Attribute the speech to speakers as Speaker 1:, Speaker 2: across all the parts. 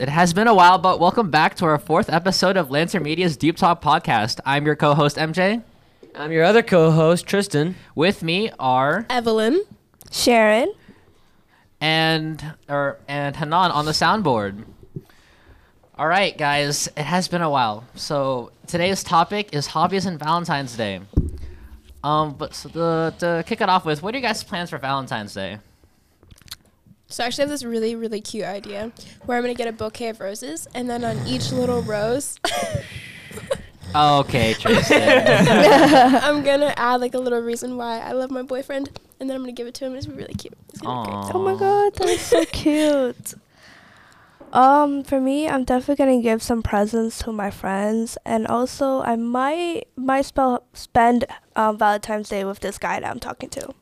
Speaker 1: It has been a while, but welcome back to our fourth episode of Lancer Media's Deep Talk podcast. I'm your co-host MJ.
Speaker 2: I'm your other co-host Tristan.
Speaker 1: With me are
Speaker 3: Evelyn. Sharon.
Speaker 1: and or and Hanan on the soundboard. All right, guys, it has been a while. So today's topic is hobbies and Valentine's Day. Um, but so the to kick it off with, what are your guys' plans for Valentine's Day?
Speaker 3: So I actually have this really, really cute idea where I'm gonna get a bouquet of roses and then on each little rose
Speaker 1: Oh, Okay, Tristan.
Speaker 3: I'm gonna add like a little reason why I love my boyfriend and then I'm gonna give it to him. It's really cute. It's gonna be
Speaker 1: Aw.
Speaker 3: great.
Speaker 4: Oh my god, that is so cute. Um, for me, I'm definitely gonna give some presents to my friends, and also I might might spell, spend um, Valentine's Day with this guy that I'm talking to.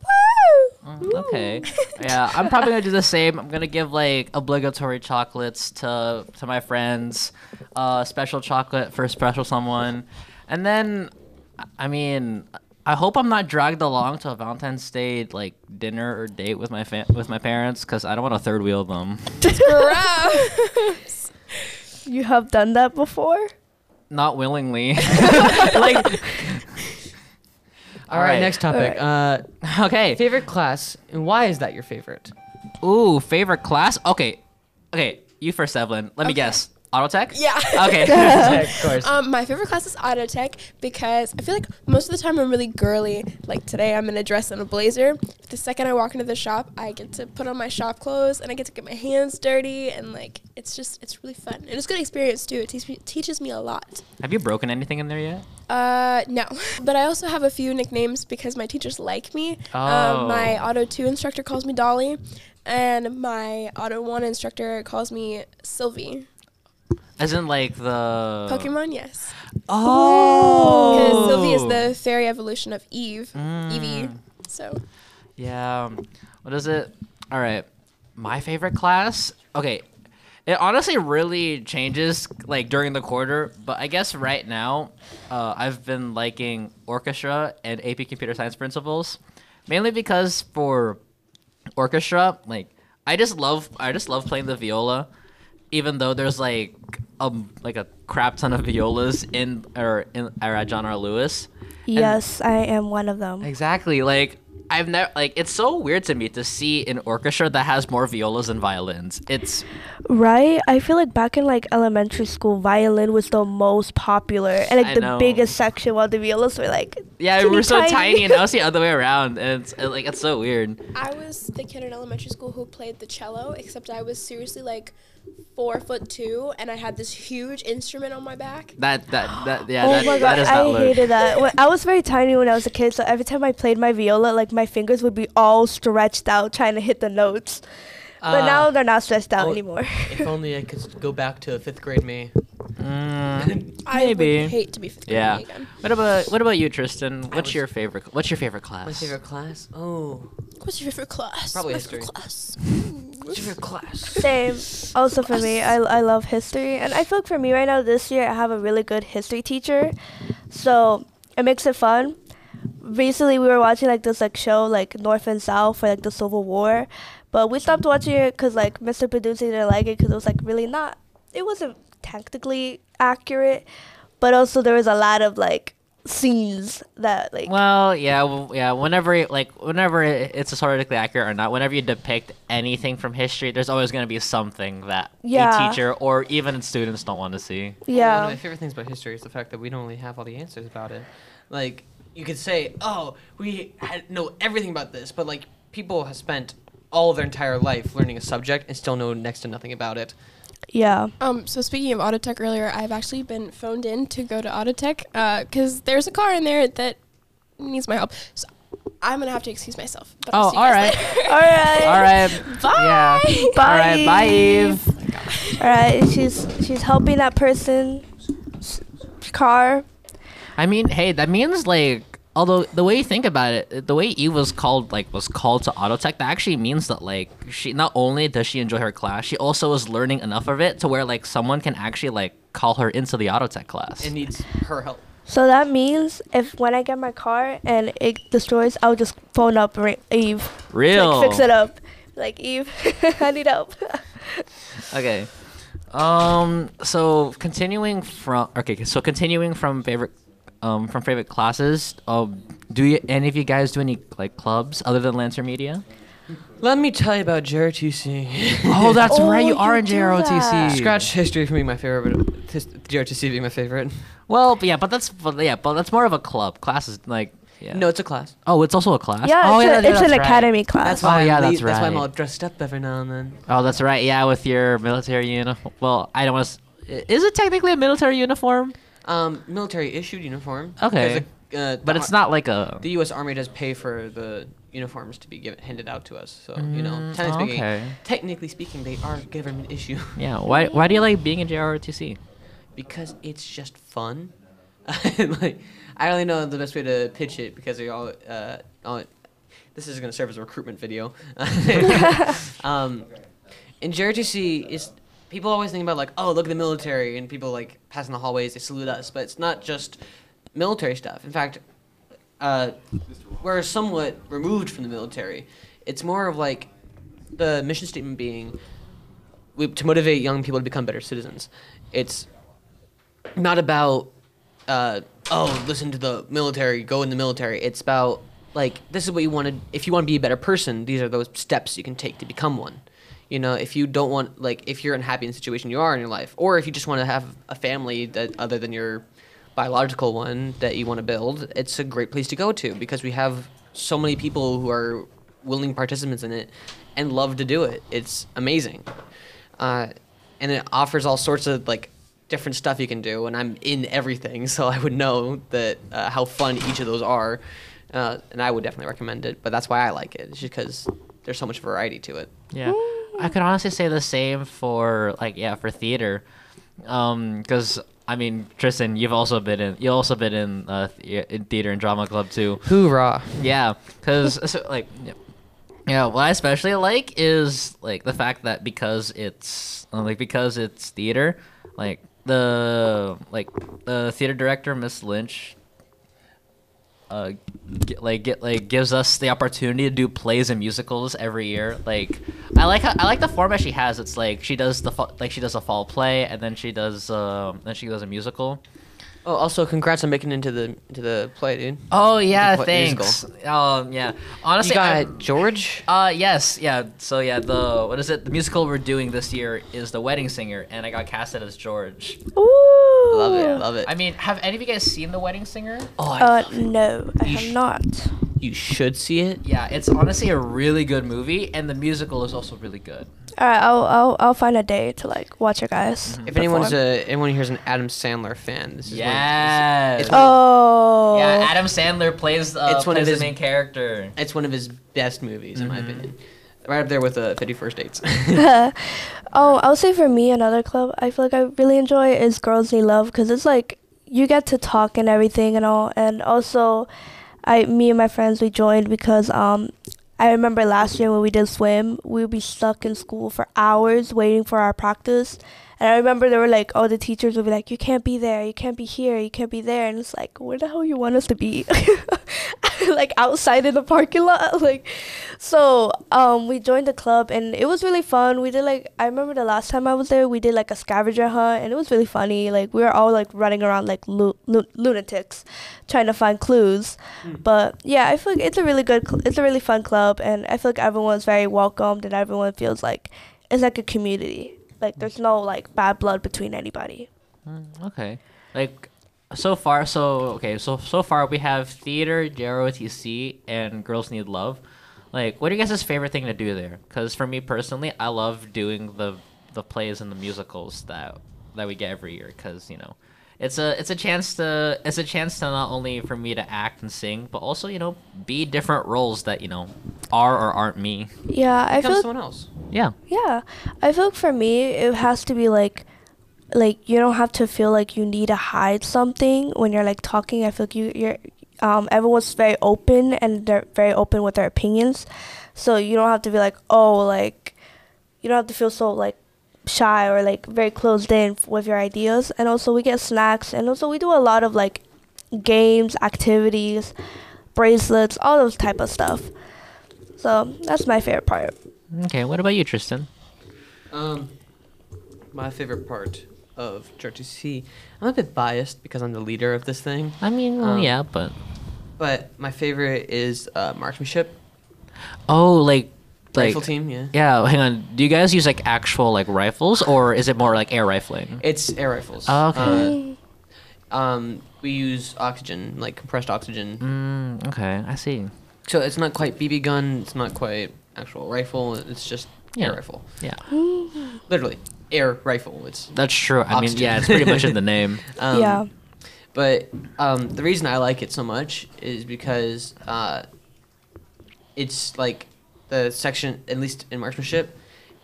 Speaker 1: Mm, okay. Yeah, I'm probably gonna do the same. I'm gonna give like obligatory chocolates to to my friends, uh, special chocolate for special someone, and then, I- I mean, I hope I'm not dragged along to a Valentine's Day like dinner or date with my fa- with my parents because I don't want to third wheel them.
Speaker 3: Gross.
Speaker 4: You have done that before.
Speaker 1: Not willingly. like.
Speaker 2: All right, next topic. Uh,
Speaker 1: Okay.
Speaker 2: favorite class and why is that your favorite?
Speaker 1: Ooh, favorite class. Okay, okay. You first, Evelyn. Let me
Speaker 3: Okay.
Speaker 1: guess. Auto tech.
Speaker 3: Yeah.
Speaker 1: Okay.
Speaker 2: of course.
Speaker 3: Um, my favorite class is auto tech because I feel like most of the time I'm really girly. Like today, I'm in a dress and a blazer. But the second I walk into the shop, I get to put on my shop clothes and I get to get my hands dirty and like it's just it's really fun and it's a good experience too. It teach me, teaches me a lot.
Speaker 1: Have you broken anything in there yet?
Speaker 3: Uh, no, but I also have a few nicknames because my teachers like me.
Speaker 1: Oh.
Speaker 3: Um, my auto two instructor calls me Dolly, and my auto one instructor calls me Sylvie.
Speaker 1: As in like the
Speaker 3: Pokemon, yes. Because
Speaker 1: Oh, Mm.
Speaker 3: Sylvie is the fairy evolution of Eve, Evie. So
Speaker 1: yeah. um, What is it? All right, my favorite class. Okay, it honestly really changes like during the quarter, but I guess right now, uh, I've been liking orchestra and AP Computer Science Principles, mainly because for orchestra, like I just love I just love playing the viola, even though there's like um like a crap ton of violas in or in or at John R. Lewis.
Speaker 4: Yes, I am one of them.
Speaker 1: Exactly. Like I've never like it's so weird to me to see an orchestra that has more violas than violins. It's
Speaker 4: Right? I feel like back in like elementary school, violin was the most popular and like
Speaker 1: I
Speaker 4: the
Speaker 1: know.
Speaker 4: biggest section, while the violas were like
Speaker 1: yeah,
Speaker 4: teeny
Speaker 1: we're so tiny. and now it's the other way around, and it's it, like it's so weird.
Speaker 3: I was the kid in elementary school who played the cello, except I was seriously like four foot two, and I had this huge instrument on my back.
Speaker 1: That that that yeah.
Speaker 4: Oh
Speaker 1: that,
Speaker 4: my
Speaker 1: that
Speaker 4: god,
Speaker 1: is not
Speaker 4: I
Speaker 1: low.
Speaker 4: hated that. When I was very tiny when I was a kid, so every time I played my viola, like my fingers would be all stretched out trying to hit the notes. But
Speaker 2: Uh,
Speaker 4: now they're not stretched out
Speaker 2: oh,
Speaker 4: anymore.
Speaker 2: if only I could go back to fifth grade me.
Speaker 1: Mm.
Speaker 3: I
Speaker 1: Maybe.
Speaker 3: would hate to be fifth grade
Speaker 1: Yeah.
Speaker 3: again.
Speaker 1: What about what about you, Tristan? What's
Speaker 2: was-
Speaker 1: your favorite? What's your favorite class?
Speaker 2: My favorite class? Oh,
Speaker 3: What's your favorite class?
Speaker 2: Probably
Speaker 3: My favorite
Speaker 2: history.
Speaker 3: Class.
Speaker 2: what's your favorite class?
Speaker 4: Same. Also for me, I, I love history. And I feel like for me right now this year, I have a really good history teacher. So it makes it fun. Recently, we were watching like this like show like North and South for like the Civil War, but we stopped watching it because like Mr. Producer didn't like it because it was like really not. It wasn't technically accurate, but also there was a lot of like scenes that like
Speaker 1: Well, yeah, w- yeah. Whenever, it- like, whenever it- it's historically accurate or not, whenever you depict anything from history, there's always going to be something that the
Speaker 4: Yeah.
Speaker 1: teacher or even students don't want to see.
Speaker 2: One of my
Speaker 4: yeah.
Speaker 2: favorite things about history is the fact that we don't really have all the answers about it. Like, you could say, oh, we had, know everything about this, but like, people have spent all of their entire life learning a subject and still know next to nothing about it.
Speaker 4: Yeah.
Speaker 3: Um, so speaking of Autotech earlier, I've actually been phoned in to go to Autotech because there's a car in there that needs my help. So I'm gonna have to excuse myself. But I'll
Speaker 1: Oh,
Speaker 3: see you guys
Speaker 1: alright.
Speaker 3: later.
Speaker 1: All right.
Speaker 4: All right.
Speaker 3: Bye.
Speaker 1: Yeah.
Speaker 4: Bye.
Speaker 1: All right. Bye, Eve.
Speaker 4: All right, she's she's helping that person s- car.
Speaker 1: I mean, hey, that means like, although the way you think about it, the way Eve was called, like, was called to auto tech, that actually means that like, she not only does she enjoy her class, she also is learning enough of it to where like someone can actually like call her into the auto tech class.
Speaker 2: It needs her help.
Speaker 4: So that means if when I get my car and it destroys, I'll just phone up Ra- Eve.
Speaker 1: Real.
Speaker 4: Like fix it up. Like Eve, I need help.
Speaker 1: Okay. Um. So continuing from okay. So continuing from favorite, um, from favorite classes. Um, do you any of you guys do any like clubs other than Lancer Media?
Speaker 2: Let me tell you about JRTC.
Speaker 1: Oh, that's
Speaker 4: Oh,
Speaker 1: right. You
Speaker 4: you
Speaker 1: are in
Speaker 4: do
Speaker 1: JROTC.
Speaker 4: that.
Speaker 2: Scratch history for being my favorite, but his- JRTC being my favorite.
Speaker 1: Well, but yeah, but that's but yeah, but that's more of a club. Classes like yeah.
Speaker 2: No, it's a class.
Speaker 1: Oh, it's also a class.
Speaker 4: Yeah,
Speaker 1: Oh
Speaker 4: it's,
Speaker 1: yeah,
Speaker 4: a,
Speaker 1: that-
Speaker 4: it's
Speaker 1: that's
Speaker 4: an
Speaker 1: right.
Speaker 4: academy class.
Speaker 2: That's why.
Speaker 1: Oh,
Speaker 2: I'm
Speaker 1: yeah,
Speaker 2: le-
Speaker 1: that's
Speaker 2: That's why I'm
Speaker 1: right.
Speaker 2: all dressed up every now and then.
Speaker 1: Oh, that's right. Yeah, with your military uniform. Well, I don't want to. Is it technically a military uniform?
Speaker 2: Um, military issued uniform.
Speaker 1: Okay.
Speaker 2: Because, uh, the
Speaker 1: But it's
Speaker 2: ar-
Speaker 1: not like a.
Speaker 2: The U.S. Army does pay for the uniforms to be given handed out to us. So you know,
Speaker 1: Mm,
Speaker 2: technically speaking,
Speaker 1: okay.
Speaker 2: technically speaking, they are government issue
Speaker 1: Yeah. Why? Why do you like being in JROTC?
Speaker 2: because it's just fun. like, I don't really know the best way to pitch it because they all, uh, all this is gonna serve as a recruitment video. um, in JRTC is people always think about like, oh, look at the military, and people like pass in the hallways, they salute us, but it's not just military stuff. In fact, uh, we're somewhat removed from the military. It's more of like the mission statement being we, to motivate young people to become better citizens. It's not about uh, oh listen to the military go in the military it's about like this is what you want to if you want to be a better person these are those steps you can take to become one you know if you don't want like if you're unhappy in the situation you are in your life or if you just want to have a family that other than your biological one that you want to build it's a great place to go to because we have so many people who are willing participants in it and love to do it it's amazing uh, and it offers all sorts of like different stuff you can do. And I'm in everything, so I would know that uh, how fun each of those are, uh, and I would definitely recommend it. But that's why I like it, it's just because there's so much variety to it.
Speaker 1: Yeah. I could honestly say the same for like yeah for theater, Um 'cause because I mean Tristan, you've also been in you have also been in uh the- in theater and drama club too.
Speaker 2: Hoorah!
Speaker 1: Yeah, because so, like, yeah. yeah, what I especially like is like the fact that because it's uh, like because it's theater, like the like the theater director Miss Lynch, uh, get, like get like gives us the opportunity to do plays and musicals every year. Like, I like how, I like the format she has. It's like she does the fa- like she does a fall play and then she does um then she does a musical.
Speaker 2: Oh, also congrats on making it into the into the play, dude.
Speaker 1: Oh yeah,
Speaker 2: pla-
Speaker 1: thanks. Um yeah, honestly,
Speaker 2: you got
Speaker 1: I-
Speaker 2: George.
Speaker 1: Uh, yes, yeah. So yeah, the what is it? The musical we're doing this year is The Wedding Singer, and I got casted as George.
Speaker 4: Ooh.
Speaker 2: Love it, love it.
Speaker 1: I mean, have any of you guys seen The Wedding Singer?
Speaker 2: oh, I
Speaker 4: Uh,
Speaker 2: love it.
Speaker 4: no, I
Speaker 2: You
Speaker 4: have
Speaker 2: sh-
Speaker 4: not.
Speaker 2: you should see it.
Speaker 1: Yeah, it's honestly a really good movie, and the musical is also really good.
Speaker 4: All right, I'll I'll I'll find a day to like watch it, guys.
Speaker 2: If anyone's
Speaker 4: perform.
Speaker 2: a, anyone here is an Adam Sandler fan, this is one-
Speaker 1: Yes.
Speaker 2: it's-
Speaker 4: oh
Speaker 1: yeah, Adam Sandler plays the
Speaker 2: It's one of
Speaker 1: plays
Speaker 2: his-
Speaker 1: the main character.
Speaker 2: it's one of his best movies in my opinion, right up there with uh, Fifty First Dates.
Speaker 4: oh I'll say for me another club I feel like I really enjoy is Girls Need Love because it's like you get to talk and everything and all and also I me and my friends we joined because um I remember last year when we did swim we would be stuck in school for hours waiting for our practice and I remember they were like all the teachers would be like you can't be there you can't be here you can't be there and it's like where the hell you want us to be like outside in the parking lot like so um we joined the club and it was really fun we did like i remember the last time i was there we did like a scavenger hunt and it was really funny like we were all like running around like lu- lu- lunatics trying to find clues but yeah i feel like it's a really good cl- it's a really fun club and i feel like everyone's very welcomed and everyone feels like it's like a community like there's no like bad blood between anybody
Speaker 1: Mm, Okay, like so far, so okay, so so far we have theater, JROTC, and Girls Need Love. Like, what do you guys' favorite thing to do there? Because for me personally, I love doing the the plays and the musicals that that we get every year. Because you know, it's a it's a chance to it's a chance to not only for me to act and sing, but also you know be different roles that you know are or aren't me.
Speaker 4: yeah i
Speaker 2: Become
Speaker 4: feel
Speaker 2: someone else.
Speaker 1: Yeah.
Speaker 4: Yeah, I feel like for me, it has to be like, like you don't have to feel like you need to hide something when you're like talking. I feel like you, you're, um, everyone's very open and they're very open with their opinions, so you don't have to be like, oh, like, you don't have to feel so like shy or like very closed in f- with your ideas. And also, we get snacks, and also we do a lot of like games, activities, bracelets, all those type of stuff. So that's my favorite part.
Speaker 1: Okay. What about you, Tristan?
Speaker 2: Um, my favorite part of church is see. I'm a bit biased because I'm the leader of this thing,
Speaker 1: I mean, well,
Speaker 2: Um,
Speaker 1: yeah, but
Speaker 2: but my favorite is uh, marksmanship.
Speaker 1: oh, like, like,
Speaker 2: rifle team, yeah.
Speaker 1: yeah. Hang on. Do you guys use like actual like rifles, or is it more like air rifling?
Speaker 2: It's air rifles.
Speaker 1: Oh, okay.
Speaker 2: Uh, um, we use oxygen, like compressed oxygen.
Speaker 1: Mm, okay, I see.
Speaker 2: So it's not quite BB gun. It's not quite actual rifle. It's just
Speaker 1: Yeah.
Speaker 2: air rifle.
Speaker 1: Yeah,
Speaker 2: Literally, air rifle. It's
Speaker 1: that's true. I mean,
Speaker 2: Oxygen.
Speaker 1: yeah, it's pretty much in the name.
Speaker 2: um,
Speaker 4: yeah.
Speaker 2: But um, the reason I like it so much is because uh, it's like the section, at least in marksmanship,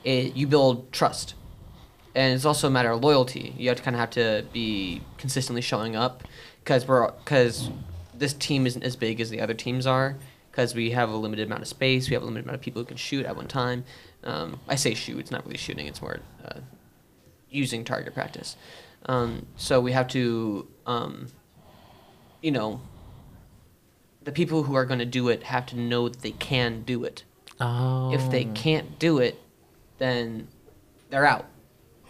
Speaker 2: it, you build trust. And it's also a matter of loyalty. You have to kind of have to be consistently showing up because we're because this team isn't as big as the other teams are because we have a limited amount of space. We have a limited amount of people who can shoot at one time. Um, I say shoot; it's not really shooting. It's more uh, using target practice. Um, so we have to, um, you know, the people who are going to do it have to know that they can do it.
Speaker 1: Oh,
Speaker 2: If they can't do it, then they're out.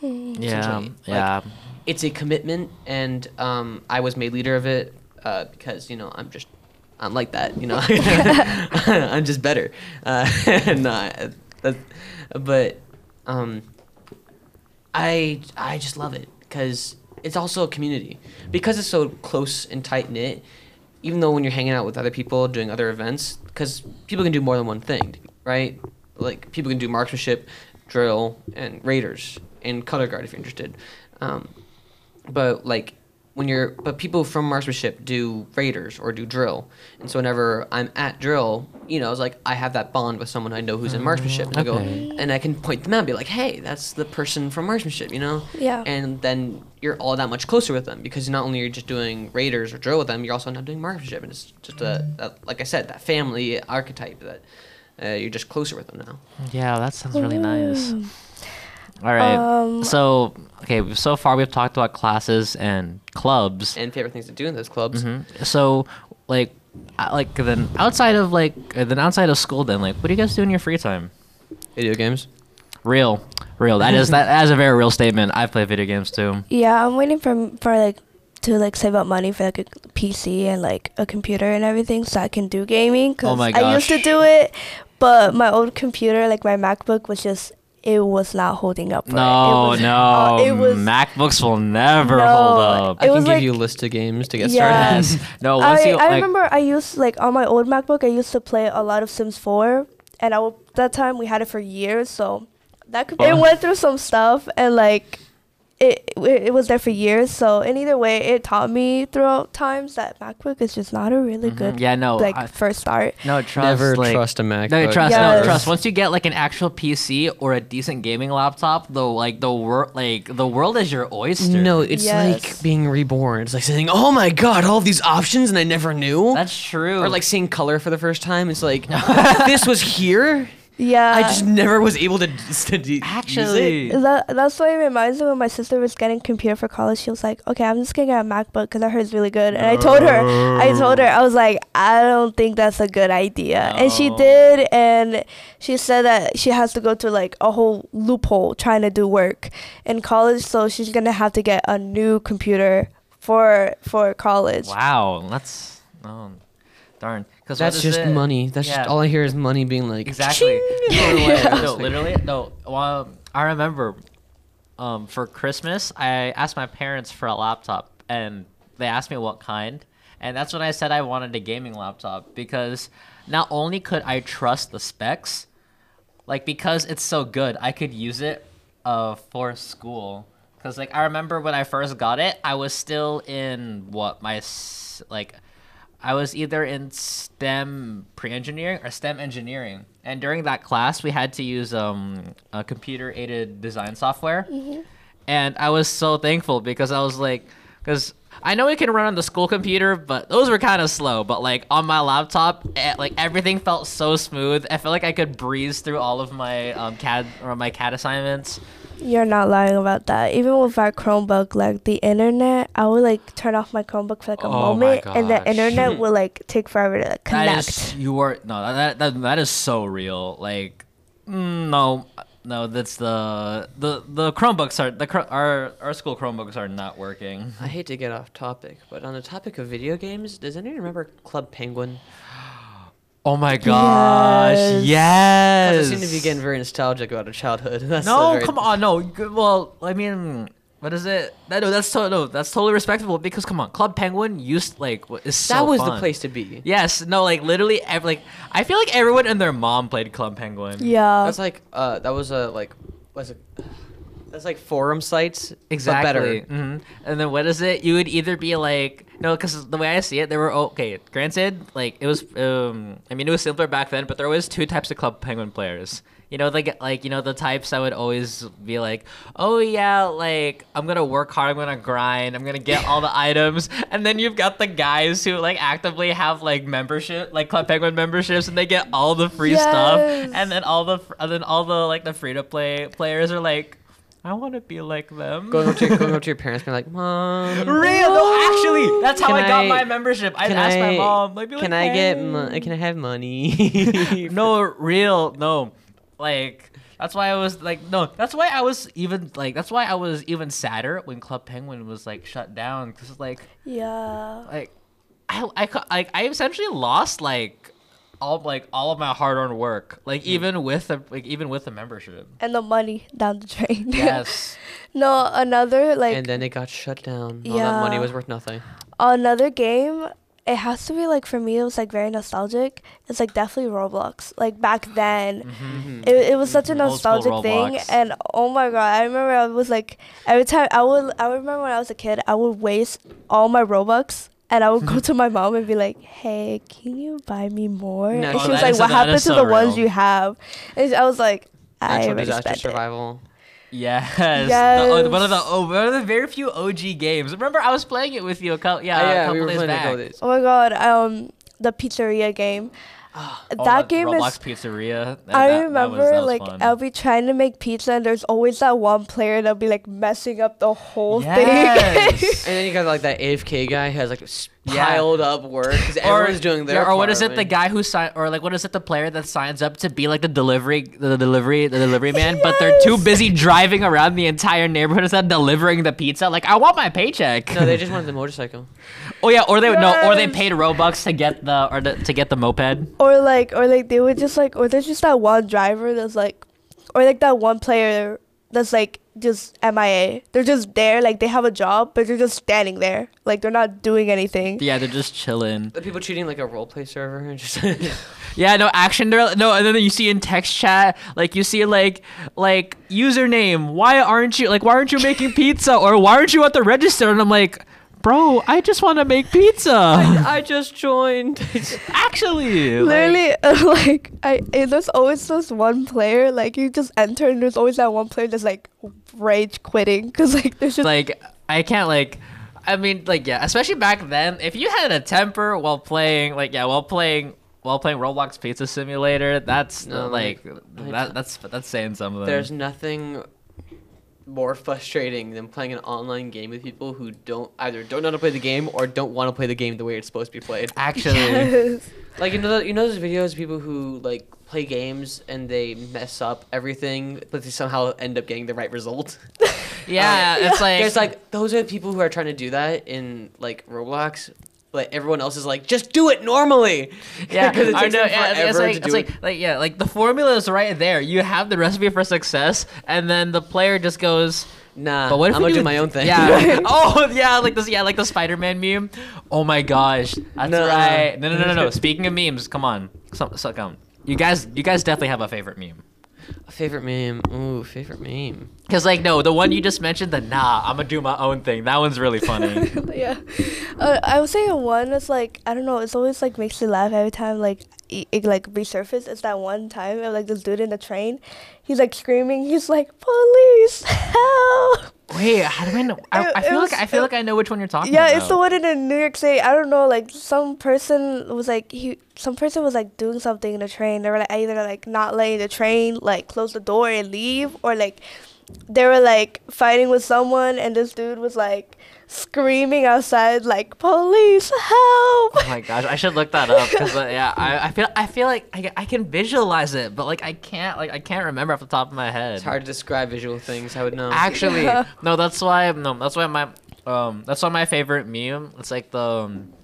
Speaker 1: yeah,
Speaker 2: essentially, like-
Speaker 1: yeah,
Speaker 2: It's a commitment, and um, I was made leader of it uh, because you know I'm just I'm like that. You know, I'm just better. Uh, nah, that, but um, I I just love it because it's also a community because it's so close and tight knit. Even though when you're hanging out with other people doing other events, because people can do more than one thing, right? Like people can do marksmanship, drill, and raiders and color guard if you're interested. Um, but like when you're but people from marksmanship do raiders or do drill and so whenever i'm at drill you know it's like i have that bond with someone i know who's in marksmanship and i
Speaker 1: okay.
Speaker 2: go and i can point them out and be like hey that's the person from marksmanship you know
Speaker 4: Yeah.
Speaker 2: and then you're all that much closer with them because not only you're just doing raiders or drill with them you're also now doing marksmanship and it's just a, a like i said that family archetype that uh, you're just closer with them now
Speaker 1: yeah. That sounds really nice. All right.
Speaker 4: Um,
Speaker 1: so, okay. So far, we've talked about classes and clubs. Mm-hmm.
Speaker 2: and favorite things to do in those clubs
Speaker 1: So, like, I- like then outside of like uh, then outside of school, then like, what do you guys do in your free time?
Speaker 2: video games
Speaker 1: Real, real. That is that, that is a very real statement. I play video games too.
Speaker 4: Yeah, I'm waiting for for like to like save up money for like a PC and like a computer and everything so I can do gaming. Cause
Speaker 1: Oh my
Speaker 4: I used to
Speaker 1: gosh.
Speaker 4: do it, but my old computer, like my MacBook, was just it was not holding up. for it.
Speaker 1: No,
Speaker 4: it was,
Speaker 1: no.
Speaker 4: uh, it was
Speaker 1: MacBooks will never
Speaker 4: No,
Speaker 1: hold up.
Speaker 4: It
Speaker 2: i can
Speaker 4: was
Speaker 2: give
Speaker 4: like-
Speaker 2: you a list of games to get
Speaker 4: Yeah.
Speaker 2: started
Speaker 1: Yes. No. Oh, Once
Speaker 4: I,
Speaker 1: you
Speaker 4: I
Speaker 1: like,
Speaker 4: remember I used like on my old MacBook I used to play a lot of Sims 4 and I w- that time we had it for years so that could, it
Speaker 1: Oh.
Speaker 4: went through some stuff and like it, it it was there for years so in either way it taught me throughout times that MacBook is just not a really good
Speaker 1: Mm-hmm. Yeah. No.
Speaker 4: like
Speaker 1: I-
Speaker 4: first start
Speaker 1: no. Trust.
Speaker 2: Never
Speaker 1: like-
Speaker 2: trust a MacBook.
Speaker 1: No, trust. No,
Speaker 4: Yes.
Speaker 1: trust. Once you get like an actual PC or a decent gaming laptop, though, like the world, like the world is your oyster.
Speaker 2: No, it's
Speaker 4: Yes.
Speaker 2: like being reborn. It's like saying, "Oh my god, all of these options, and I never knew."
Speaker 1: that's true.
Speaker 2: or like seeing color for the first time. It's like this was here.
Speaker 4: yeah
Speaker 2: I just never was able to, to de-
Speaker 1: actually,
Speaker 2: Use it.
Speaker 4: that, that's why it reminds me when my sister was getting computer for college. She was like, "Okay, I'm just gonna get a MacBook because I heard it's really good." And I told her, I told her, I was like, "I don't think that's a good idea." And she
Speaker 1: No.
Speaker 4: did, and she said that she has to go through like a whole loophole trying to do work in college, so she's gonna have to get a new computer for for college.
Speaker 1: wow, that's oh, darn. Because
Speaker 2: That's just money. That's
Speaker 1: Yeah.
Speaker 2: just all I hear is money being like
Speaker 1: Exactly.
Speaker 2: "Ching."
Speaker 1: no, literally. No. Well, I remember um, for Christmas, I asked my parents for a laptop, and they asked me what kind, and that's when I said I wanted a gaming laptop because not only could I trust the specs, like because it's so good, I could use it uh, for school. Cause like I remember when I first got it, I was still in what my s- like, I was either in STEM pre-engineering or STEM engineering, and during that class we had to use um a computer-aided design software, and I was so thankful because I was like, because I know it can run on the school computer, but those were kind of slow. But like on my laptop, eh, like everything felt so smooth. I felt like I could breeze through all of my um, CAD or my CAD assignments.
Speaker 4: You're not lying about that. Even with our Chromebook, like the internet, I would like turn off my Chromebook for like a
Speaker 1: Oh my
Speaker 4: moment, and the
Speaker 1: gosh.
Speaker 4: internet will like take forever to
Speaker 1: That
Speaker 4: like, connect.
Speaker 1: is you are no that that, that is so real. Like mm, no, No, that's the the the Chromebooks are the Chro- our our school Chromebooks are not working.
Speaker 2: I hate to get off topic, but on the topic of video games, does anyone remember Club Penguin?
Speaker 1: Oh my gosh! Yes.
Speaker 4: Yes.
Speaker 2: Because I seem to be getting very nostalgic about our childhood. That's the
Speaker 1: no,
Speaker 2: very-
Speaker 1: come on, no. g- Well, I mean, what is it? That, no, that's to- no, that's totally respectable because come on, Club Penguin used like wa- is so
Speaker 2: That was the
Speaker 1: fun.
Speaker 2: place to be.
Speaker 1: Yes, no, like literally, ev- like I feel like everyone and their mom played Club Penguin.
Speaker 4: Yeah.
Speaker 2: That's like uh, that was a like was it? That's like forum sites.
Speaker 1: Exactly.
Speaker 2: But better.
Speaker 1: hmm And then what is it? You would either be like, no, because the way I see it, there were oh, okay. Granted, like it was, um, I mean, it was simpler back then, but there was two types of Club Penguin players. You know, like like you know the types that would always be like, oh yeah, like I'm gonna work hard, I'm gonna grind, I'm gonna get all the items, and then you've got the guys who like actively have like membership, like Club Penguin memberships, and they get all the free stuff,
Speaker 4: Yes.
Speaker 1: and then all the fr- and then all the like the free to play players are like. I want to be like them.
Speaker 2: Going up to your, going up to your parents, being like, "Mom,
Speaker 1: Real? No, actually, that's how
Speaker 2: Can
Speaker 1: I got
Speaker 2: I-
Speaker 1: my membership. I
Speaker 2: can
Speaker 1: asked my
Speaker 2: I-
Speaker 1: mom. Like, be
Speaker 2: can
Speaker 1: like,
Speaker 2: I get?
Speaker 1: "Hey."
Speaker 2: Mo- can I have money?"
Speaker 1: no, real, no. Like that's why I was like, no. That's why I was even like, that's why I was even sadder when Club Penguin was like shut down because like,
Speaker 4: yeah.
Speaker 1: like, I, I, cou- like, I essentially lost like all like all of my hard-earned work.
Speaker 2: Hmm.
Speaker 1: Like even with the like even with the membership.
Speaker 4: And the money down the drain.
Speaker 1: Yes.
Speaker 4: no, another like
Speaker 2: and then it got shut down. All that money
Speaker 4: Yeah.
Speaker 2: was worth nothing.
Speaker 4: another game it has to be like for me it was like very nostalgic it's like definitely roblox like back then it, it was such a
Speaker 1: Mm-hmm. Old school
Speaker 4: nostalgic thing
Speaker 1: Roblox.
Speaker 4: and oh my god i remember i was like every time i would i remember when i was a kid i would waste all my robux and I would go to my mom and be like, "Hey, can you buy me more?"
Speaker 2: No,
Speaker 4: and
Speaker 2: oh,
Speaker 4: she was
Speaker 1: that
Speaker 4: like,
Speaker 1: is-
Speaker 4: "What
Speaker 1: that
Speaker 4: happened to
Speaker 1: is so
Speaker 4: the ones
Speaker 1: real.
Speaker 4: you have?" And I was like, "I
Speaker 2: Natural
Speaker 4: already
Speaker 2: disaster
Speaker 4: spent it."
Speaker 2: survival.
Speaker 1: Yes. The- oh, one of the
Speaker 4: Yes.
Speaker 1: oh, one of the very few OG games. Remember, I was playing it with you a couple yeah, a couple days
Speaker 2: playing it
Speaker 1: back.
Speaker 2: with it.
Speaker 4: Oh my god, um, the pizzeria game.
Speaker 1: Oh,
Speaker 4: that game
Speaker 1: Roblox
Speaker 4: is
Speaker 1: Pizzeria. that- that-
Speaker 4: I
Speaker 1: that was-
Speaker 4: remember
Speaker 1: that was
Speaker 4: like
Speaker 1: fun.
Speaker 4: I'll be trying to make pizza and there's always that one player that'll be like messing up the whole
Speaker 1: Yes.
Speaker 4: thing.
Speaker 2: And then you got like that AFK guy who has like s- piled up work because
Speaker 1: Or-
Speaker 2: everyone's doing their.
Speaker 1: yeah, or what is
Speaker 2: part,
Speaker 1: it?
Speaker 2: right?
Speaker 1: The guy who sign, or like what is it? The player that signs up to be like the delivery, the delivery, the delivery man, but they're too
Speaker 4: Yes.
Speaker 1: busy driving around the entire neighborhood instead of delivering the pizza. Like I want my paycheck.
Speaker 2: No, they just wanted the motorcycle.
Speaker 1: oh yeah, or they no, or they
Speaker 4: Yes.
Speaker 1: paid robux to get the or the, to get the moped.
Speaker 4: or like or like they would just like or there's just that one driver that's like or like that one player that's like just MIA. They're just there, like they have a job, but they're just standing there. Like they're not doing anything.
Speaker 1: Yeah, they're just chilling.
Speaker 2: The people cheating like a roleplay server and just.
Speaker 1: Yeah, no action. Drill, no, and then you see in text chat, like you see like like username. Why aren't you like Why aren't you making pizza or Why aren't you at the register? And I'm like, bro, I just want to make pizza.
Speaker 2: I just joined.
Speaker 1: Actually, like,
Speaker 4: uh, Literally, uh, like I, it, there's always this one player. Like you just enter, and there's always that one player that's like rage quitting because like there's just
Speaker 1: like I can't like. I mean, like yeah, especially back then, if you had a temper while playing, like yeah, while playing. While playing Roblox Pizza Simulator, that's
Speaker 2: No,
Speaker 1: uh,
Speaker 2: like,
Speaker 1: like
Speaker 2: I
Speaker 1: that, that's that's saying something.
Speaker 2: There's nothing more frustrating than playing an online game with people who don't either don't know how to play the game or don't want to play the game the way it's supposed to be played.
Speaker 1: actually,
Speaker 4: Yes.
Speaker 2: Like you know, you know those videos of people who like play games and they mess up everything, but they somehow end up getting the right result.
Speaker 1: yeah, it's like
Speaker 2: Uh, There's like those are the people who are trying to do that in like Roblox, but everyone else is like, just do it normally.
Speaker 1: Yeah,
Speaker 2: because it
Speaker 1: I
Speaker 2: takes
Speaker 1: know,
Speaker 2: them
Speaker 1: yeah, it's-
Speaker 2: forever
Speaker 1: it's like,
Speaker 2: to
Speaker 1: it's
Speaker 2: do it.
Speaker 1: like, like, yeah, like the formula is right there. You have the recipe for success, and then the player just goes.
Speaker 2: Nah,
Speaker 1: But what if
Speaker 2: I'm
Speaker 1: we
Speaker 2: gonna do
Speaker 1: do-
Speaker 2: my own thing.
Speaker 1: Yeah. oh yeah, like this. Yeah, like the Spider-Man meme. Oh my gosh, that's
Speaker 2: Nuh-uh.
Speaker 1: right. No, no, no, no, no. Speaking of memes, come on, some, so, come. You guys, you guys definitely have a favorite meme.
Speaker 2: favorite meme. Ooh, favorite meme.
Speaker 1: Cause like no, the one you just mentioned, the nah, I'm gonna do my own thing. That one's really funny.
Speaker 4: yeah. Uh, I would say one that's like I don't know. It's always like makes me laugh every time like it, it like resurfaces. It's that one time of like this dude in the train. He's like screaming. He's like police help.
Speaker 1: Wait, how do I know? I,
Speaker 4: It-
Speaker 1: I
Speaker 4: it
Speaker 1: feel
Speaker 4: was-
Speaker 1: like I feel
Speaker 4: it-
Speaker 1: like I know which one you're talking
Speaker 4: Yeah,
Speaker 1: about.
Speaker 4: it's the one in uh, New York City. I don't know, like some person was like he, some person was like doing something in the train. They were like either like not letting the train like close the door and leave, or like they were like fighting with someone, and this dude was like screaming outside, like "Police, help!"
Speaker 1: Oh my gosh, I should look that up because yeah, I, I feel I feel like I, I can visualize it, but like I can't like I can't remember off the top of my head.
Speaker 2: It's hard to describe visual things. I would know.
Speaker 1: Actually,
Speaker 4: Yeah.
Speaker 1: no, that's why no, that's why my um that's why my favorite meme. It's like the um,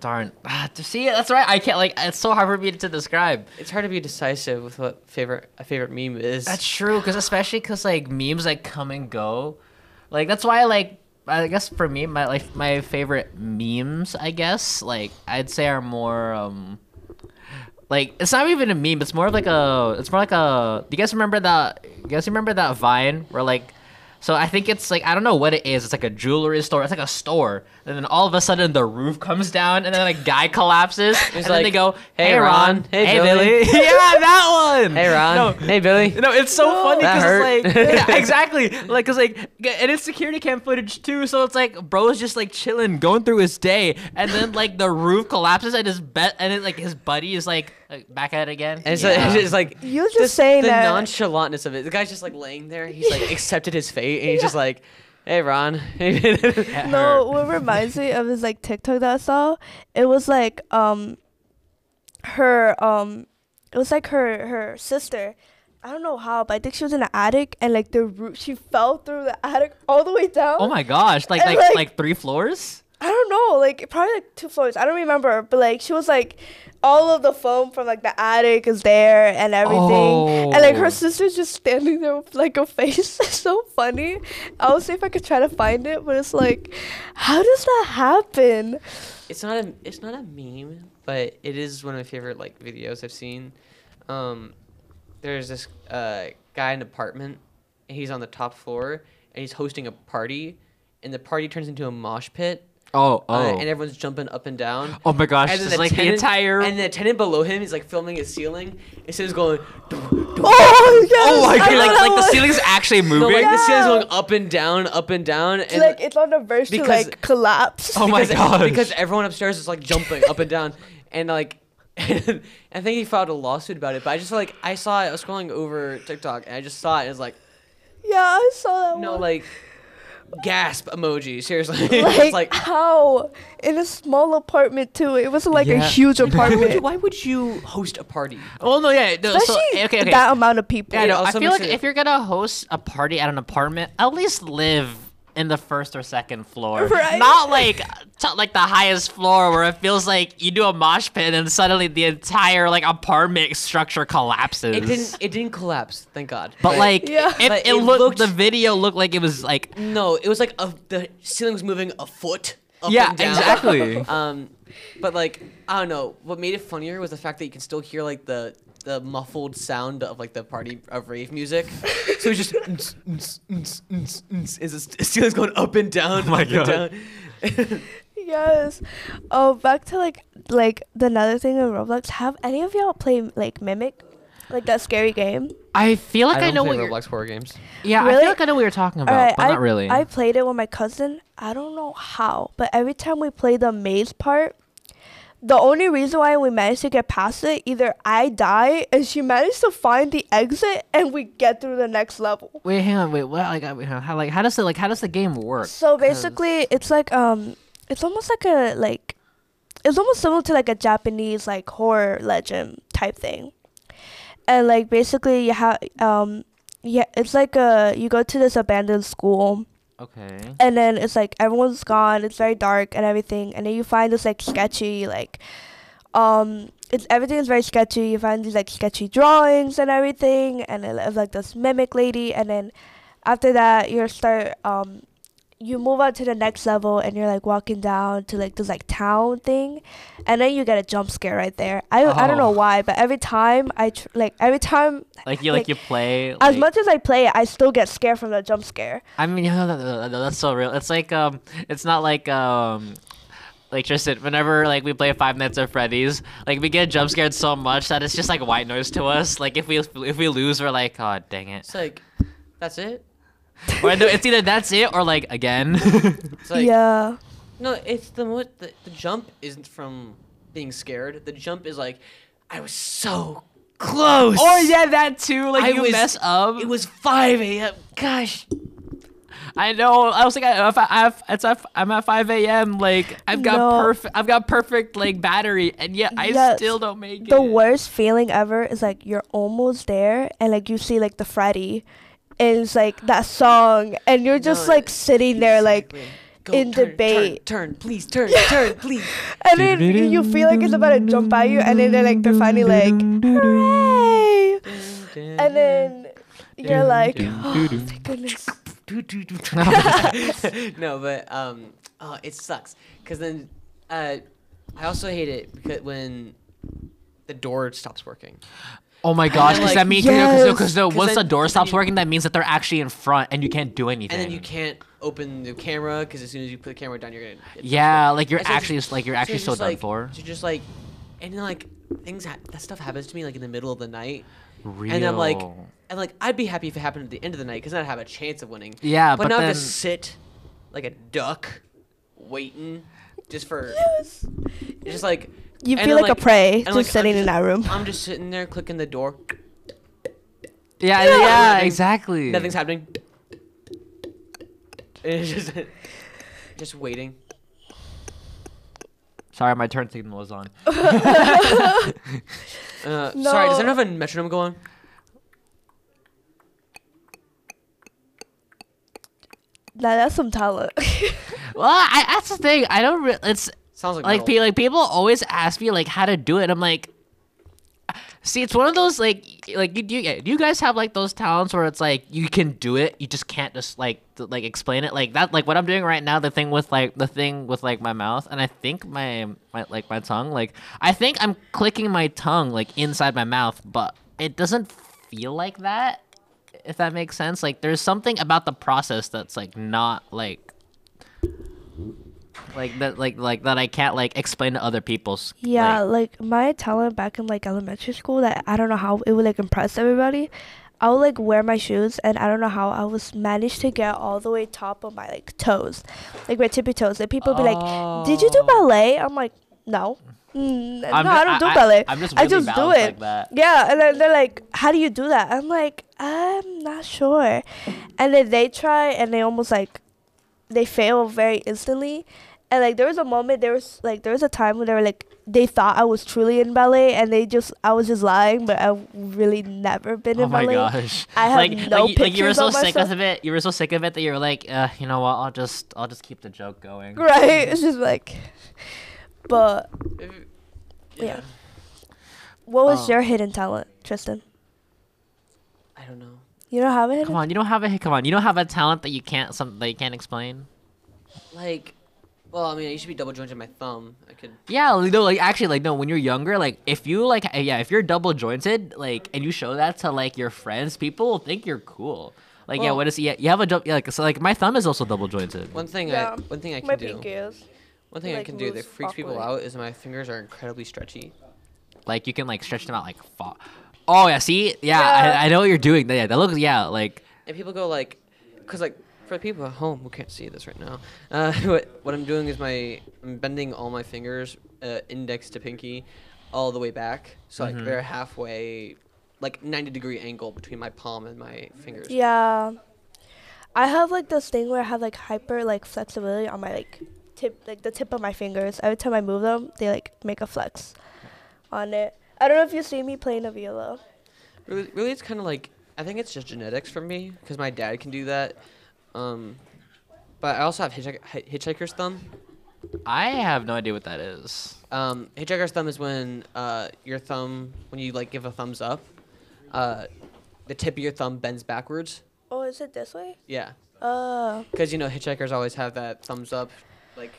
Speaker 1: darn ah, to see it. That's right. I can't like it's so hard for me to describe.
Speaker 2: it's hard to be decisive with what favorite a favorite meme is.
Speaker 1: That's true, cause especially cause like memes like come and go, like that's why like I guess for me my like my favorite memes I guess like I'd say are more um like it's not even a meme it's more of like a it's more like a do you guys remember that you guys remember that Vine where like so I think it's like I don't know what it is it's like a jewelry store it's like a store and then all of a sudden the roof comes down and then a guy collapses and then
Speaker 2: like,
Speaker 1: they go
Speaker 2: "Hey,
Speaker 1: hey Ron,
Speaker 2: Ron. Hey,
Speaker 1: Billy
Speaker 2: Billy."
Speaker 1: yeah that one
Speaker 2: hey Ron.
Speaker 1: No,
Speaker 2: Hey Billy.
Speaker 1: no, it's so funny
Speaker 2: That
Speaker 1: because it's like
Speaker 2: hurt.
Speaker 1: yeah, exactly like because like g- and it's security cam footage too, so it's like bro's just like chilling, going through his day, and then like the roof collapses and his bet and then like his buddy is like, like, back at it again.
Speaker 2: And it's,
Speaker 1: Yeah.
Speaker 2: like, it's just like
Speaker 4: You're just saying
Speaker 2: the
Speaker 4: that.
Speaker 2: nonchalantness of it. The guy's just like laying there. He's like accepted his fate, and he's just like, "Hey, Ron."
Speaker 1: That
Speaker 4: No,
Speaker 1: hurt.
Speaker 4: what reminds me of is like TikTok that I saw. It was like um, her um, it was like her her sister. I don't know how, but I think she was in the attic and like the roof. She fell through the attic all the way down.
Speaker 1: Oh my gosh! Like
Speaker 4: And,
Speaker 1: like
Speaker 4: like-
Speaker 1: like three floors.
Speaker 4: I don't know, like probably like two floors. I don't remember, but like she was like all of the foam from like the attic is there and everything, and like
Speaker 1: Oh.
Speaker 4: her sister's just standing there with like a face. It's so funny. I'll see if I could try to find it, but it's like, how does that happen?
Speaker 2: it's not a it's not a meme, but it is one of my favorite like videos I've seen. Um, there's this uh, guy in an apartment. And he's on the top floor and he's hosting a party, and the party turns into a mosh pit,
Speaker 1: Oh oh.
Speaker 2: uh, and everyone's jumping up and down.
Speaker 1: Oh my gosh!
Speaker 2: And then
Speaker 1: It's like the
Speaker 2: tenant-
Speaker 1: entire.
Speaker 2: and the tenant below him is like filming his ceiling. Instead of going,
Speaker 4: Oh, yes,
Speaker 1: oh my
Speaker 4: I
Speaker 1: god!
Speaker 4: know
Speaker 1: Like,
Speaker 4: that
Speaker 1: like the
Speaker 4: one.
Speaker 1: ceiling's actually
Speaker 2: no,
Speaker 1: moving.
Speaker 2: like the ceiling's
Speaker 4: Yeah.
Speaker 2: going up and down, up and down, and
Speaker 4: Like it's on the verge to
Speaker 2: because-
Speaker 4: like collapse.
Speaker 1: Oh my
Speaker 2: because, e-,
Speaker 1: gosh.
Speaker 2: Because everyone upstairs is like jumping up and down, and like, I think he filed a lawsuit about it. But I just like I saw it. I was scrolling over TikTok and I just saw it. And it's like
Speaker 4: Yeah, I saw that
Speaker 2: no
Speaker 4: one.
Speaker 2: like gasp emoji. Seriously,
Speaker 4: like,
Speaker 2: it's like
Speaker 4: how in a small apartment too. It wasn't like a
Speaker 1: Yeah.
Speaker 4: huge
Speaker 2: why would, you,
Speaker 4: apartment.
Speaker 2: why would you host a party?
Speaker 1: oh no! Yeah. No, so,
Speaker 4: Especially
Speaker 1: okay. Okay.
Speaker 4: that amount of people.
Speaker 1: Yeah,
Speaker 2: It
Speaker 1: no, I
Speaker 2: also
Speaker 1: feel like
Speaker 2: makes it-
Speaker 1: if you're gonna host a party at an apartment, at least live in the first or second floor,
Speaker 4: Right.
Speaker 1: not like t- like the highest floor where it feels like you do a mosh pit and suddenly the entire like apartment structure collapses.
Speaker 2: It didn't. It didn't collapse. Thank God.
Speaker 1: But like,
Speaker 4: Yeah.
Speaker 1: it,
Speaker 2: But
Speaker 1: it,
Speaker 2: it
Speaker 1: looked,
Speaker 2: looked-
Speaker 1: the video looked like it was like
Speaker 2: no, it was like a, the ceiling was moving a foot. Up
Speaker 1: yeah,
Speaker 2: and down.
Speaker 1: exactly.
Speaker 2: Um, but like I don't know. What made it funnier was the fact that you can still hear like the the muffled sound of like the party of rave music. so it's just "Ns, ns, ns, ns, ns," as the st- ceiling's going up and down,
Speaker 1: Oh my
Speaker 2: up and
Speaker 1: God.
Speaker 2: down.
Speaker 4: Yes. Oh, back to like like the another thing in Roblox. Have any of y'all play like Mimic, like that scary game?
Speaker 1: I feel like I,
Speaker 2: don't
Speaker 1: know
Speaker 2: play
Speaker 1: what. You're,
Speaker 2: Roblox horror games.
Speaker 1: yeah, I
Speaker 4: Really?
Speaker 1: feel like I know what you're talking about,
Speaker 4: Alright,
Speaker 1: but
Speaker 4: I
Speaker 1: not really.
Speaker 4: I played it with my cousin. I don't know how, but every time we play the maze part. The only reason why we managed to get past it, either I die and she managed to find the exit and we get through the next level.
Speaker 1: wait, hang on. Wait, what? Like, I- wait, how, like, how does it? Like, how does the game work?
Speaker 4: So basically, it's like um, it's almost like a like, it's almost similar to like a Japanese like horror legend type thing, and like basically you have um, yeah, it's like a you go to this abandoned school,
Speaker 1: Okay.
Speaker 4: and then it's like everyone's gone, it's very dark and everything, and then you find this like sketchy like, um, it's everything is very sketchy. You find these like sketchy drawings and everything, and it, it's like this mimic lady, and then after that you start um you move on to the next level and you're like walking down to like this like town thing and then you get a jump scare right there i, I don't know
Speaker 1: Oh.
Speaker 4: why but every time i tr- like every time
Speaker 1: Like you, like,
Speaker 4: like,
Speaker 1: you play
Speaker 4: as
Speaker 1: like-
Speaker 4: much as i play it i still get scared from the jump scare
Speaker 1: I mean, yeah, that- that- that- that's so real. It's like um, it's not like um, like Tristan. Whenever like we play Five Nights at Freddy's, like we get jump scared so much that it's just like white noise to us. Like if we if we lose, we're like, oh dang it.
Speaker 2: It's like that's it.
Speaker 1: Or no, it's either that's it or like again.
Speaker 2: It's like
Speaker 4: yeah
Speaker 2: no, it's the most the, the jump isn't from being scared. The jump is like I was so
Speaker 1: close.
Speaker 2: Oh yeah, that too. Like
Speaker 1: I
Speaker 2: you
Speaker 1: was-
Speaker 2: mess up.
Speaker 1: it
Speaker 2: was 5 a.m. Gosh.
Speaker 1: I know. I was like, I, if I, I've, it's at, I'm at 5 a.m. Like I've got
Speaker 4: No.
Speaker 1: perfect, I've got perfect like battery, and yet I
Speaker 4: Yes.
Speaker 1: still don't make
Speaker 4: The
Speaker 1: it.
Speaker 4: worst feeling ever is like you're almost there and like you see like the Freddy and it's like that song and you're just
Speaker 2: No,
Speaker 4: like sitting there like in debate.
Speaker 2: Turn, please turn, turn, please.
Speaker 4: and then you feel like it's about to jump at you and then they're like they're finally like hooray and then you're like oh my goodness
Speaker 2: no, but um, oh, it sucks. Cause then, uh, I also hate it because when the door stops working.
Speaker 1: oh my gosh, because
Speaker 2: like,
Speaker 1: that means because
Speaker 4: yes,
Speaker 2: because
Speaker 1: once the
Speaker 2: then-
Speaker 1: door
Speaker 2: then
Speaker 1: stops
Speaker 2: you-
Speaker 1: working, that means that they're actually in front, and you can't do anything.
Speaker 2: And then you can't open the camera because as soon as you put the camera down, you're gonna. it stops
Speaker 1: Yeah, like you're
Speaker 2: And so it's
Speaker 1: actually
Speaker 2: just-
Speaker 1: like you're
Speaker 2: so
Speaker 1: actually
Speaker 2: it's
Speaker 1: so
Speaker 2: just
Speaker 1: done
Speaker 2: like-
Speaker 1: for.
Speaker 2: So just like, and then like things ha- that stuff happens to me like in the middle of the night,
Speaker 1: Real.
Speaker 2: and I'm like, and like I'd be happy if it happened at the end of the night because I'd have a chance of winning.
Speaker 1: Yeah,
Speaker 2: but,
Speaker 1: but
Speaker 2: not
Speaker 1: then-
Speaker 2: to sit like a duck, waiting just for it's just like
Speaker 4: you
Speaker 2: and
Speaker 4: feel
Speaker 2: I'm
Speaker 4: like a prey
Speaker 2: and,
Speaker 4: just
Speaker 2: like, I'm
Speaker 4: sitting in that room
Speaker 2: I'm just sitting there clicking the door.
Speaker 1: yeah, yeah,
Speaker 2: Yeah.
Speaker 1: exactly.
Speaker 2: Nothing's happening. And it's just just waiting.
Speaker 1: Sorry, my turn signal was on.
Speaker 2: Uh, Sorry, does
Speaker 4: No.
Speaker 2: anyone have a metronome going?
Speaker 4: now that's some talent
Speaker 1: Well, I, that's the thing. I don't. Re- it's
Speaker 2: Sounds like
Speaker 1: like
Speaker 2: metal.
Speaker 1: pe- like people always ask me like how to do it. I'm like, see, it's one of those like like you do. You, do you guys have like those talents where it's like you can do it, you just can't just like th- like explain it like that. Like what I'm doing right now, the thing with like the thing with like my mouth, and I think my my like my tongue. Like I think I'm clicking my tongue like inside my mouth, but it doesn't feel like that. If that makes sense, like there's something about the process that's like not like like that like like that i can't like explain to other people's
Speaker 4: Yeah,
Speaker 1: like,
Speaker 4: like, my talent back in like elementary school that I don't know how it would like impress everybody. I would like wear my shoes and I don't know how I was managed to get all the way top of my like toes, like my tippy toes. And people would be like, "Did you do
Speaker 2: Oh.
Speaker 4: ballet?" I'm like, "No, Mm, no,
Speaker 1: I'm ju-
Speaker 4: I don't do
Speaker 1: I- I-
Speaker 4: ballet.
Speaker 1: I'm just
Speaker 4: I
Speaker 1: really
Speaker 4: just do
Speaker 1: balanced
Speaker 4: it."
Speaker 1: like that.
Speaker 4: Yeah, and then they're like, "How do you do that?" I'm like, "I'm not sure," and then they try and they almost like they fail very instantly. And like there was a moment there was like there was a time when they were like they thought I was truly in ballet and they just I was just lying, but I've really never been
Speaker 1: oh
Speaker 4: in
Speaker 1: my
Speaker 4: ballet.
Speaker 1: gosh
Speaker 4: I have
Speaker 1: like,
Speaker 4: no
Speaker 1: like, you- like you were
Speaker 4: pictures
Speaker 1: so
Speaker 4: of
Speaker 1: sick
Speaker 4: myself.
Speaker 1: of it you were so sick of it that you were like uh, you know what i'll just i'll just keep the joke going
Speaker 4: Right? It's just like but
Speaker 2: If-
Speaker 4: yeah. What was
Speaker 1: Oh.
Speaker 2: Um,
Speaker 4: your hidden talent, Tristan?
Speaker 2: I don't know.
Speaker 4: You don't have a hidden
Speaker 1: come on you don't have a come on you don't have a talent that you can't some that you can't explain
Speaker 2: Like, well, I mean, I used to be double jointed my thumb. I could.
Speaker 1: yeah like, no like actually like no when you're younger like if you like uh, yeah if you're double jointed like and you show that to like your friends people will think you're cool like yeah
Speaker 2: Well-
Speaker 1: what is yeah you have a jump yeah like so like my thumb is also double jointed
Speaker 2: One thing
Speaker 4: Yeah.
Speaker 2: I one thing I can
Speaker 4: My
Speaker 2: do.
Speaker 4: pink is.
Speaker 2: One thing I
Speaker 4: like,
Speaker 2: can do that
Speaker 4: moves
Speaker 2: freaks people
Speaker 4: awkwardly.
Speaker 2: out is my fingers are incredibly stretchy.
Speaker 1: Like you can like stretch them out like far. Oh yeah, see, yeah,
Speaker 4: Yeah.
Speaker 1: I, I know what you're doing. Yeah, that looks yeah, like
Speaker 2: And people go like, because like for people at home who can't see this right now, uh, what what I'm doing is my I'm bending all my fingers, uh, index to pinky, all the way back. So like they're halfway, like 90 degree angle between my palm and my fingers.
Speaker 4: Yeah. I have like this thing where I have like hyper like flexibility on my like tip like the tip of my fingers. Every time I move them, they like make a flex on it. I don't know if you see me playing a viola.
Speaker 2: Really, really it's kind of like I think it's just genetics for me because my dad can do that. Um, but I also have hitchhik- hi- hitchhiker's thumb.
Speaker 1: I have no idea what that is.
Speaker 2: Um, hitchhiker's thumb is when uh, your thumb, when you like give a thumbs up, uh, the tip of your thumb bends backwards.
Speaker 4: Oh, is it this way?
Speaker 2: Yeah,
Speaker 4: Uh
Speaker 2: because you know hitchhikers always have that thumbs up, like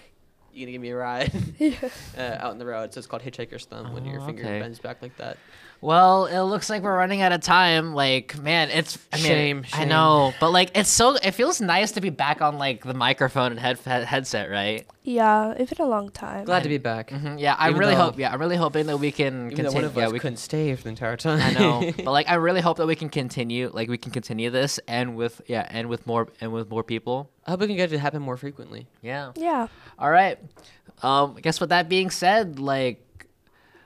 Speaker 2: you gonna give me a ride uh, out in the road. So it's called hitchhiker's thumb when your
Speaker 1: Oh,
Speaker 2: finger
Speaker 1: okay.
Speaker 2: bends back like that.
Speaker 1: Well, it looks like we're running out of time. Like, man, it's I mean,
Speaker 2: Shame,
Speaker 1: I
Speaker 2: shame.
Speaker 1: know, but like, it's so it feels nice to be back on like the microphone and head, head- headset, right?
Speaker 4: yeah, it's been a long time.
Speaker 2: Glad to be back.
Speaker 1: Mhm, Yeah, I
Speaker 2: Even
Speaker 1: really
Speaker 2: though-
Speaker 1: hope. Yeah, I'm really hoping that we can
Speaker 2: Even though
Speaker 1: continue.
Speaker 2: one of
Speaker 1: yeah,
Speaker 2: us
Speaker 1: we can-
Speaker 2: couldn't stay for the entire time.
Speaker 1: I know, but like, I really hope that we can continue. Like, we can continue this and with yeah, and with more and with more people.
Speaker 2: I hope we can get it to happen more frequently.
Speaker 1: Yeah.
Speaker 4: Yeah.
Speaker 1: All right. Um, I guess with that being said, like,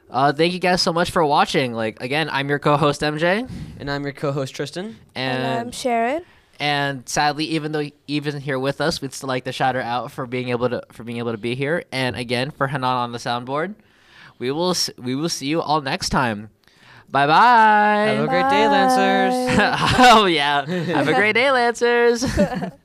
Speaker 1: uh, thank you guys so much for watching. Like again, I'm your co-host MJ,
Speaker 2: And I'm your co-host Tristan.
Speaker 4: And
Speaker 1: and
Speaker 4: I'm Sharon.
Speaker 1: and sadly, even though even here with us, we'd still like to shout her out for being able to for being able to be here, and again for Hanan on the soundboard. We will s- we will see you all next time. Bye bye.
Speaker 2: Have a great day, Lancers.
Speaker 4: Bye.
Speaker 1: oh yeah. Have a great day, Lancers.